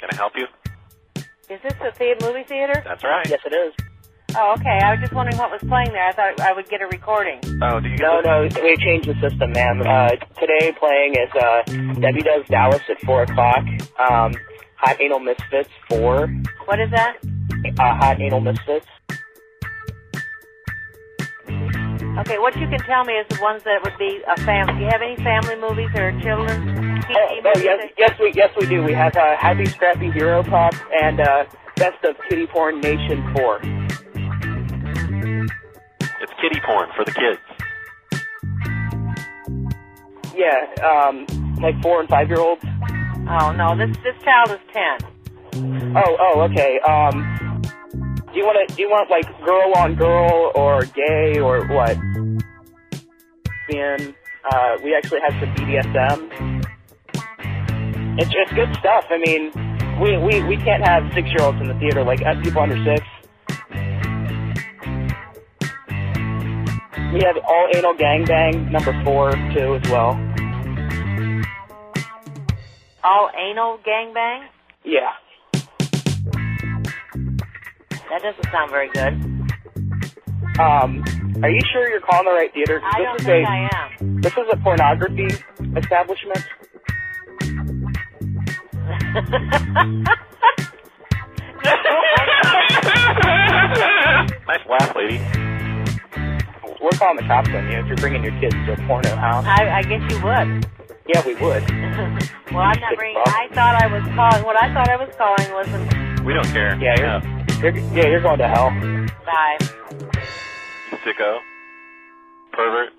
Can I help you? Is this a thea- movie theater? That's right. Yes, it is. Oh, okay. I was just wondering what was playing there. I thought I would get a recording. Oh, do you? No, no, we changed the system, ma'am. Uh, today playing is uh, Debbie Does Dallas at 4 o'clock, um, Hot Anal Misfits 4, uh, What is that? Hot Anal Misfits. Okay, what you can tell me is the ones that would be a family. Do you have any family movies or children? Oh, oh, yes, yes, we yes we do. We have uh, Happy Scrappy Hero Pop and uh, Best of Kitty Porn Nation 4. It's kitty porn for the kids. Yeah, um, like 4 and 5 year olds. Oh no, this this child is ten. Oh, oh, okay. Um, do you want to? Do you want like girl on girl or gay or what? And uh, we actually have some BDSM. It's it's good stuff. I mean, we we, we can't have six year olds in the theater. Like uh, people under six. We have all anal gangbang number four too as well. All anal gangbang? Yeah. That doesn't sound very good. Um, are you sure you're calling the right theater? 'Cause I this don't is think a- I am. This is a pornography establishment. Nice laugh, lady. We're calling the cops on you if you're bringing your kids to a porno house. I, I guess you would. Yeah, we would. well, I'm not bringing. I thought I was calling. What I thought I was calling was an We don't care. Yeah, yeah. you're, you're yeah, you're going to hell. bye. You sicko. Pervert.